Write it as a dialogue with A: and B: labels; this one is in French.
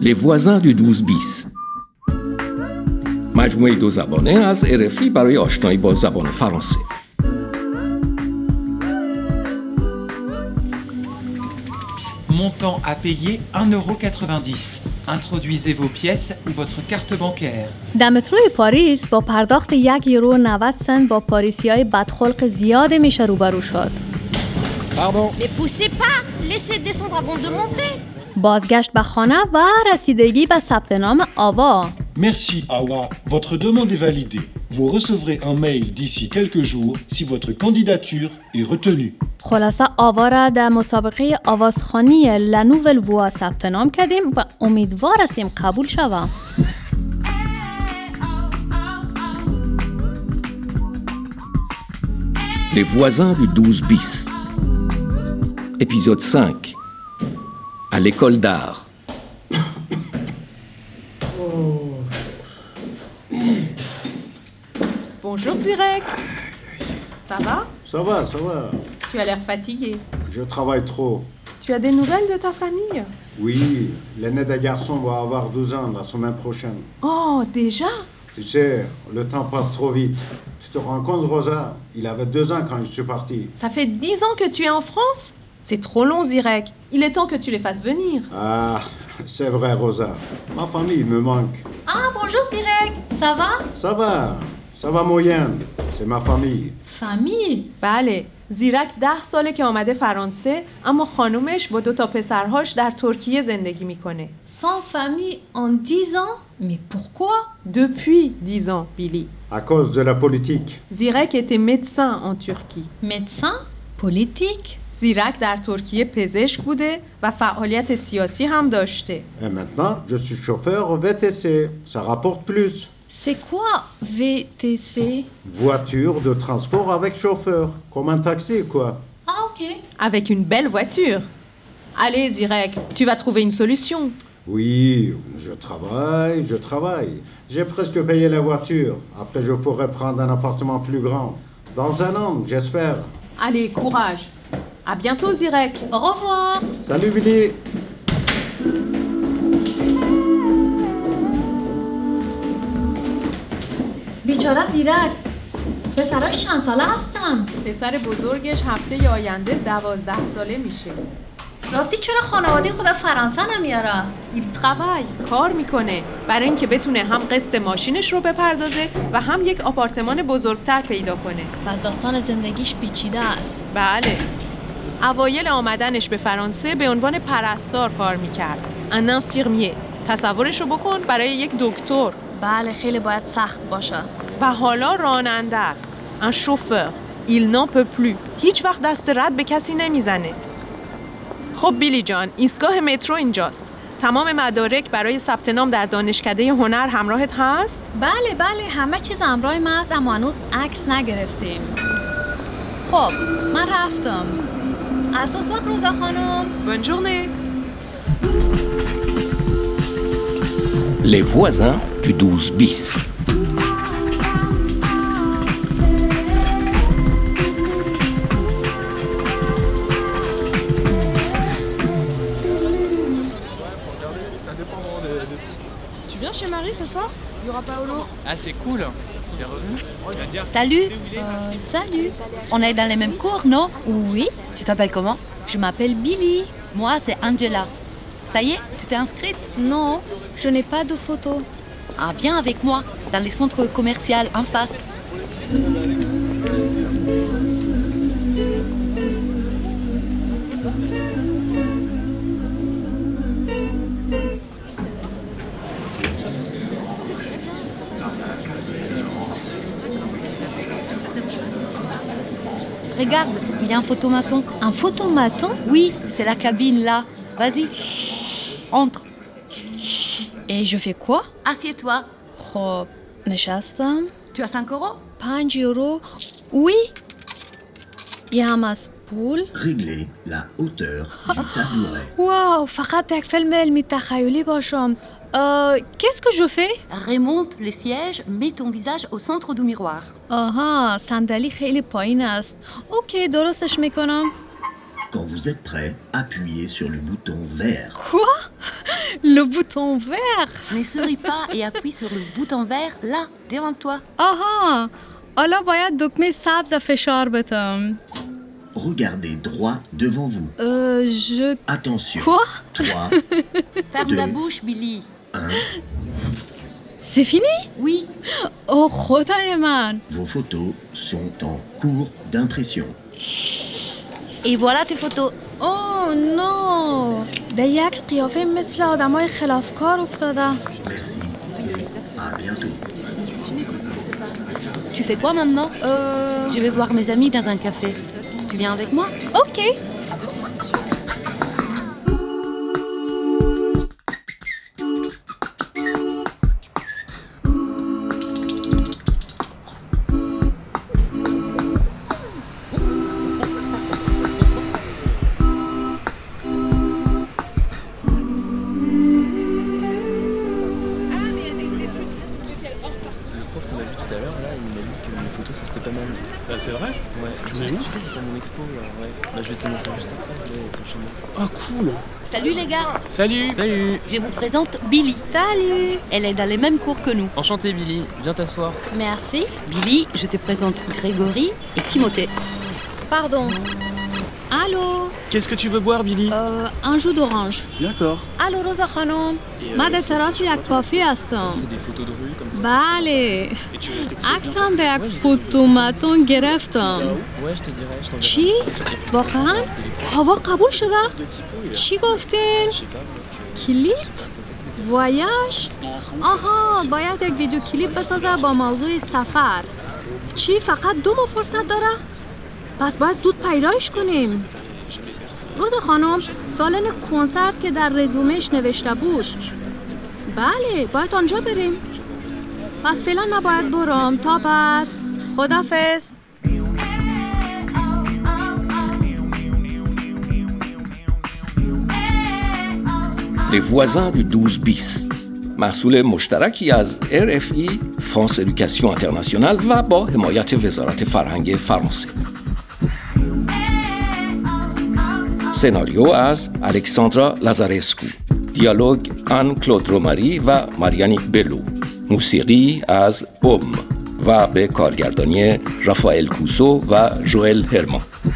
A: Les voisins du 12 بیس مجموعه دو زبانه از ارفی برای آشنایی با زبان فرانسه
B: Montant à payer 1,90€. Introduisez vos pièces ou votre carte bancaire.
C: دمتروی پاریس با پرداخت یک یورو و 90 سنت با پاریسی های بدخلق زیاده میشه روبرو شد.
D: Pardon,
E: Mais poussez pas Laissez descendre avant de monter
C: بازگشت به خانه و رسیدگی به ثبت نام آوا.
F: Merci Awa, votre demande est validée. Vous recevrez un mail d'ici quelques jours si votre candidature est retenue.
C: خلاصه آوا را در مسابقه آوازخانی لنوول ووا ثبت نام کردیم و امیدوار هستیم قبول شوم.
A: Les voisins du 12 bis. Épisode 5. À l'école d'art.
G: Bonjour Zirek. Ça va
H: Ça va, ça va.
G: Tu as l'air fatigué.
H: Je travaille trop.
G: Tu as des nouvelles de ta famille
H: Oui, l'aîné des garçons va avoir 12 ans la semaine prochaine.
G: Oh, déjà
H: Tu sais, le temps passe trop vite. Tu te rends compte, Rosa Il avait deux ans quand je suis parti.
G: Ça fait dix ans que tu es en France C'est trop long Zirek. Il est temps que tu les fasses venir.
H: Ah, c'est vrai, Rosa. Ma famille me manque.
E: Ah, bonjour Zirek Ça va
H: Ça va, ça va moyen. C'est ma famille.
C: فامیل
G: بله زیرک ده ساله که آمده فرانسه اما خانومش با دو تا پسرهاش در ترکیه زندگی میکنه
C: سان فامیل ان 10 ans Mais pourquoi
G: دپوی دیزان بیلی
H: À cause de la politique.
G: زیرک était médecin en Turquie.
C: Médecin Politique
G: زیرک در ترکیه پزشک بوده و فعالیت سیاسی هم داشته.
H: Et maintenant, je suis chauffeur au VTC. Ça rapporte plus.
C: C'est quoi VTC
H: Voiture de transport avec chauffeur. Comme un taxi, quoi.
C: Ah ok.
G: Avec une belle voiture. Allez Zirek, tu vas trouver une solution.
H: Oui, je travaille, je travaille. J'ai presque payé la voiture. Après, je pourrai prendre un appartement plus grand. Dans un an, j'espère.
G: Allez, courage. À bientôt Zirek.
E: Au revoir
H: Salut Billy
E: بیچاره زیرک پسراش چند ساله هستن
G: پسر بزرگش هفته آینده دوازده ساله میشه.
E: راستی چرا خانواده خود فرانسه نمیاره
G: ایل travaille کار میکنه برای اینکه بتونه هم قسط ماشینش رو بپردازه و هم یک آپارتمان بزرگتر پیدا کنه.
C: و داستان زندگیش پیچیده است
G: بله اوایل آمدنش به فرانسه به عنوان پرستار کار میکرد انن فیرمیه تصورش رو بکن برای یک دکتر
C: بله خیلی باید سخت باشه
G: و حالا راننده است ان شوفر ایل نان peut plus. هیچ وقت دست رد به کسی نمیزنه خب بیلی جان ایستگاه مترو اینجاست تمام مدارک برای ثبت نام در دانشکده هنر همراهت هست
C: بله بله همه چیز همراه من است اما هنوز عکس نگرفتیم خب من رفتم اساس وقت روزا خانم
G: بونجورنه
A: Les voisins du 12 bis.
G: Tu viens chez Marie ce soir Il y aura Paolo
B: Ah, c'est cool Il est revenu Il va dire
I: Salut,
C: Euh, salut
I: on est dans les mêmes cours, non
C: Oui
I: Tu t'appelles comment
C: je m'appelle Billy
I: Moi, c'est Angela. Ça y est, tu t'es inscrite
C: Non je n'ai pas de photo
I: Ah, viens avec moi, dans les centres commerciaux en face. Regarde, il y a un photomaton.
C: Un photomaton
I: Oui, c'est la cabine là. Vas-y, entre.
C: Et je fais quoi
I: Assieds-toi.
C: خب نشستم
I: Tu as 5 euros
C: پنج یورو وی یه هم از پول
J: Régler la hauteur du tabouret.
C: واو فقط یک فیلم علمی تخیلی باشم اه، qu'est-ce que je fais
I: Remonte les sièges, mets ton visage au centre du miroir.
C: آها صندلی خیلی پایین است اوکی درستش میکنم
J: Quand vous êtes prêt, appuyez sur le bouton vert.
C: کوا Le bouton vert
I: Ne souris pas et appuie sur le bouton vert là, devant toi.
C: آها حالا باید دکمه سبز رو فشار بدم
J: Regardez droit devant vous.
C: اه، je...
J: Attention.
C: Quoi
J: 3,
I: Ferme
J: Deux.
I: la bouche, Billy.
J: 1.
C: C'est fini
I: Oui,
C: Oh خدای من
J: Vos photos sont en cours d'impression.
I: et voilà tes photos.
C: Oh non در یک قیافه مثل آدمای خلافکار افتادم
J: Merci et à bientôt.
I: Tu fais quoi maintenant
C: اه،
I: Je vais voir mes amis dans un café. Tu viens avec moi
C: Ok.
I: Salut les gars,
D: Salut Salut
I: je vous présente Billy.
C: Salut.
I: Elle est dans les mêmes cours que nous.
D: Enchanté Billy, viens t'asseoir.
C: Merci.
I: Billy, je te présente Grégory et Timothée.
C: Pardon. Allô
D: Qu'est-ce que tu veux boire Billy
C: اه، Un jus d'orange.
D: D'accord.
C: الو روزا خانم
D: Et, euh,
C: من در
D: c'est-
C: تراس یک کافی هستم
D: C'est des photos de rue comme ça.
C: Bah,
D: Et
C: بله
D: tu veux t'expliquer
C: عکس
D: un
C: هم در
D: Ouais,
C: یک
D: je-
C: فوتوماتون
D: peu
C: گرفتم
D: Ouais, je te dirai, je t'enverrai.
C: چی؟ واقعا؟ هوا قبول شدم؟
D: De typo, il a-
C: چی گفتین؟
D: Je sais pas, donc,
C: کلیپ؟ وایش؟ آها باید یک ویدیو کلیپ بسازه با موضوع سفر چی فقط دو ما فرصت داره؟ پس باید زود پیدایش کنیم روز خانم سالن کنسرت که در رزومش نوشته بود بله باید آنجا بریم پس فعلا نباید برم تا بعد خدافز
A: Les voisins du 12 bis. مسئول مشترکی از RFI فرانس Éducation International و با حمایت وزارت فرهنگ فرانسه سناریو از الکساندرا لازارسکو دیالوگ آن کلود روماری و ماریانی بلو موسیقی از بوم و به کارگردانی رافائل کوسو و جوئل هرمان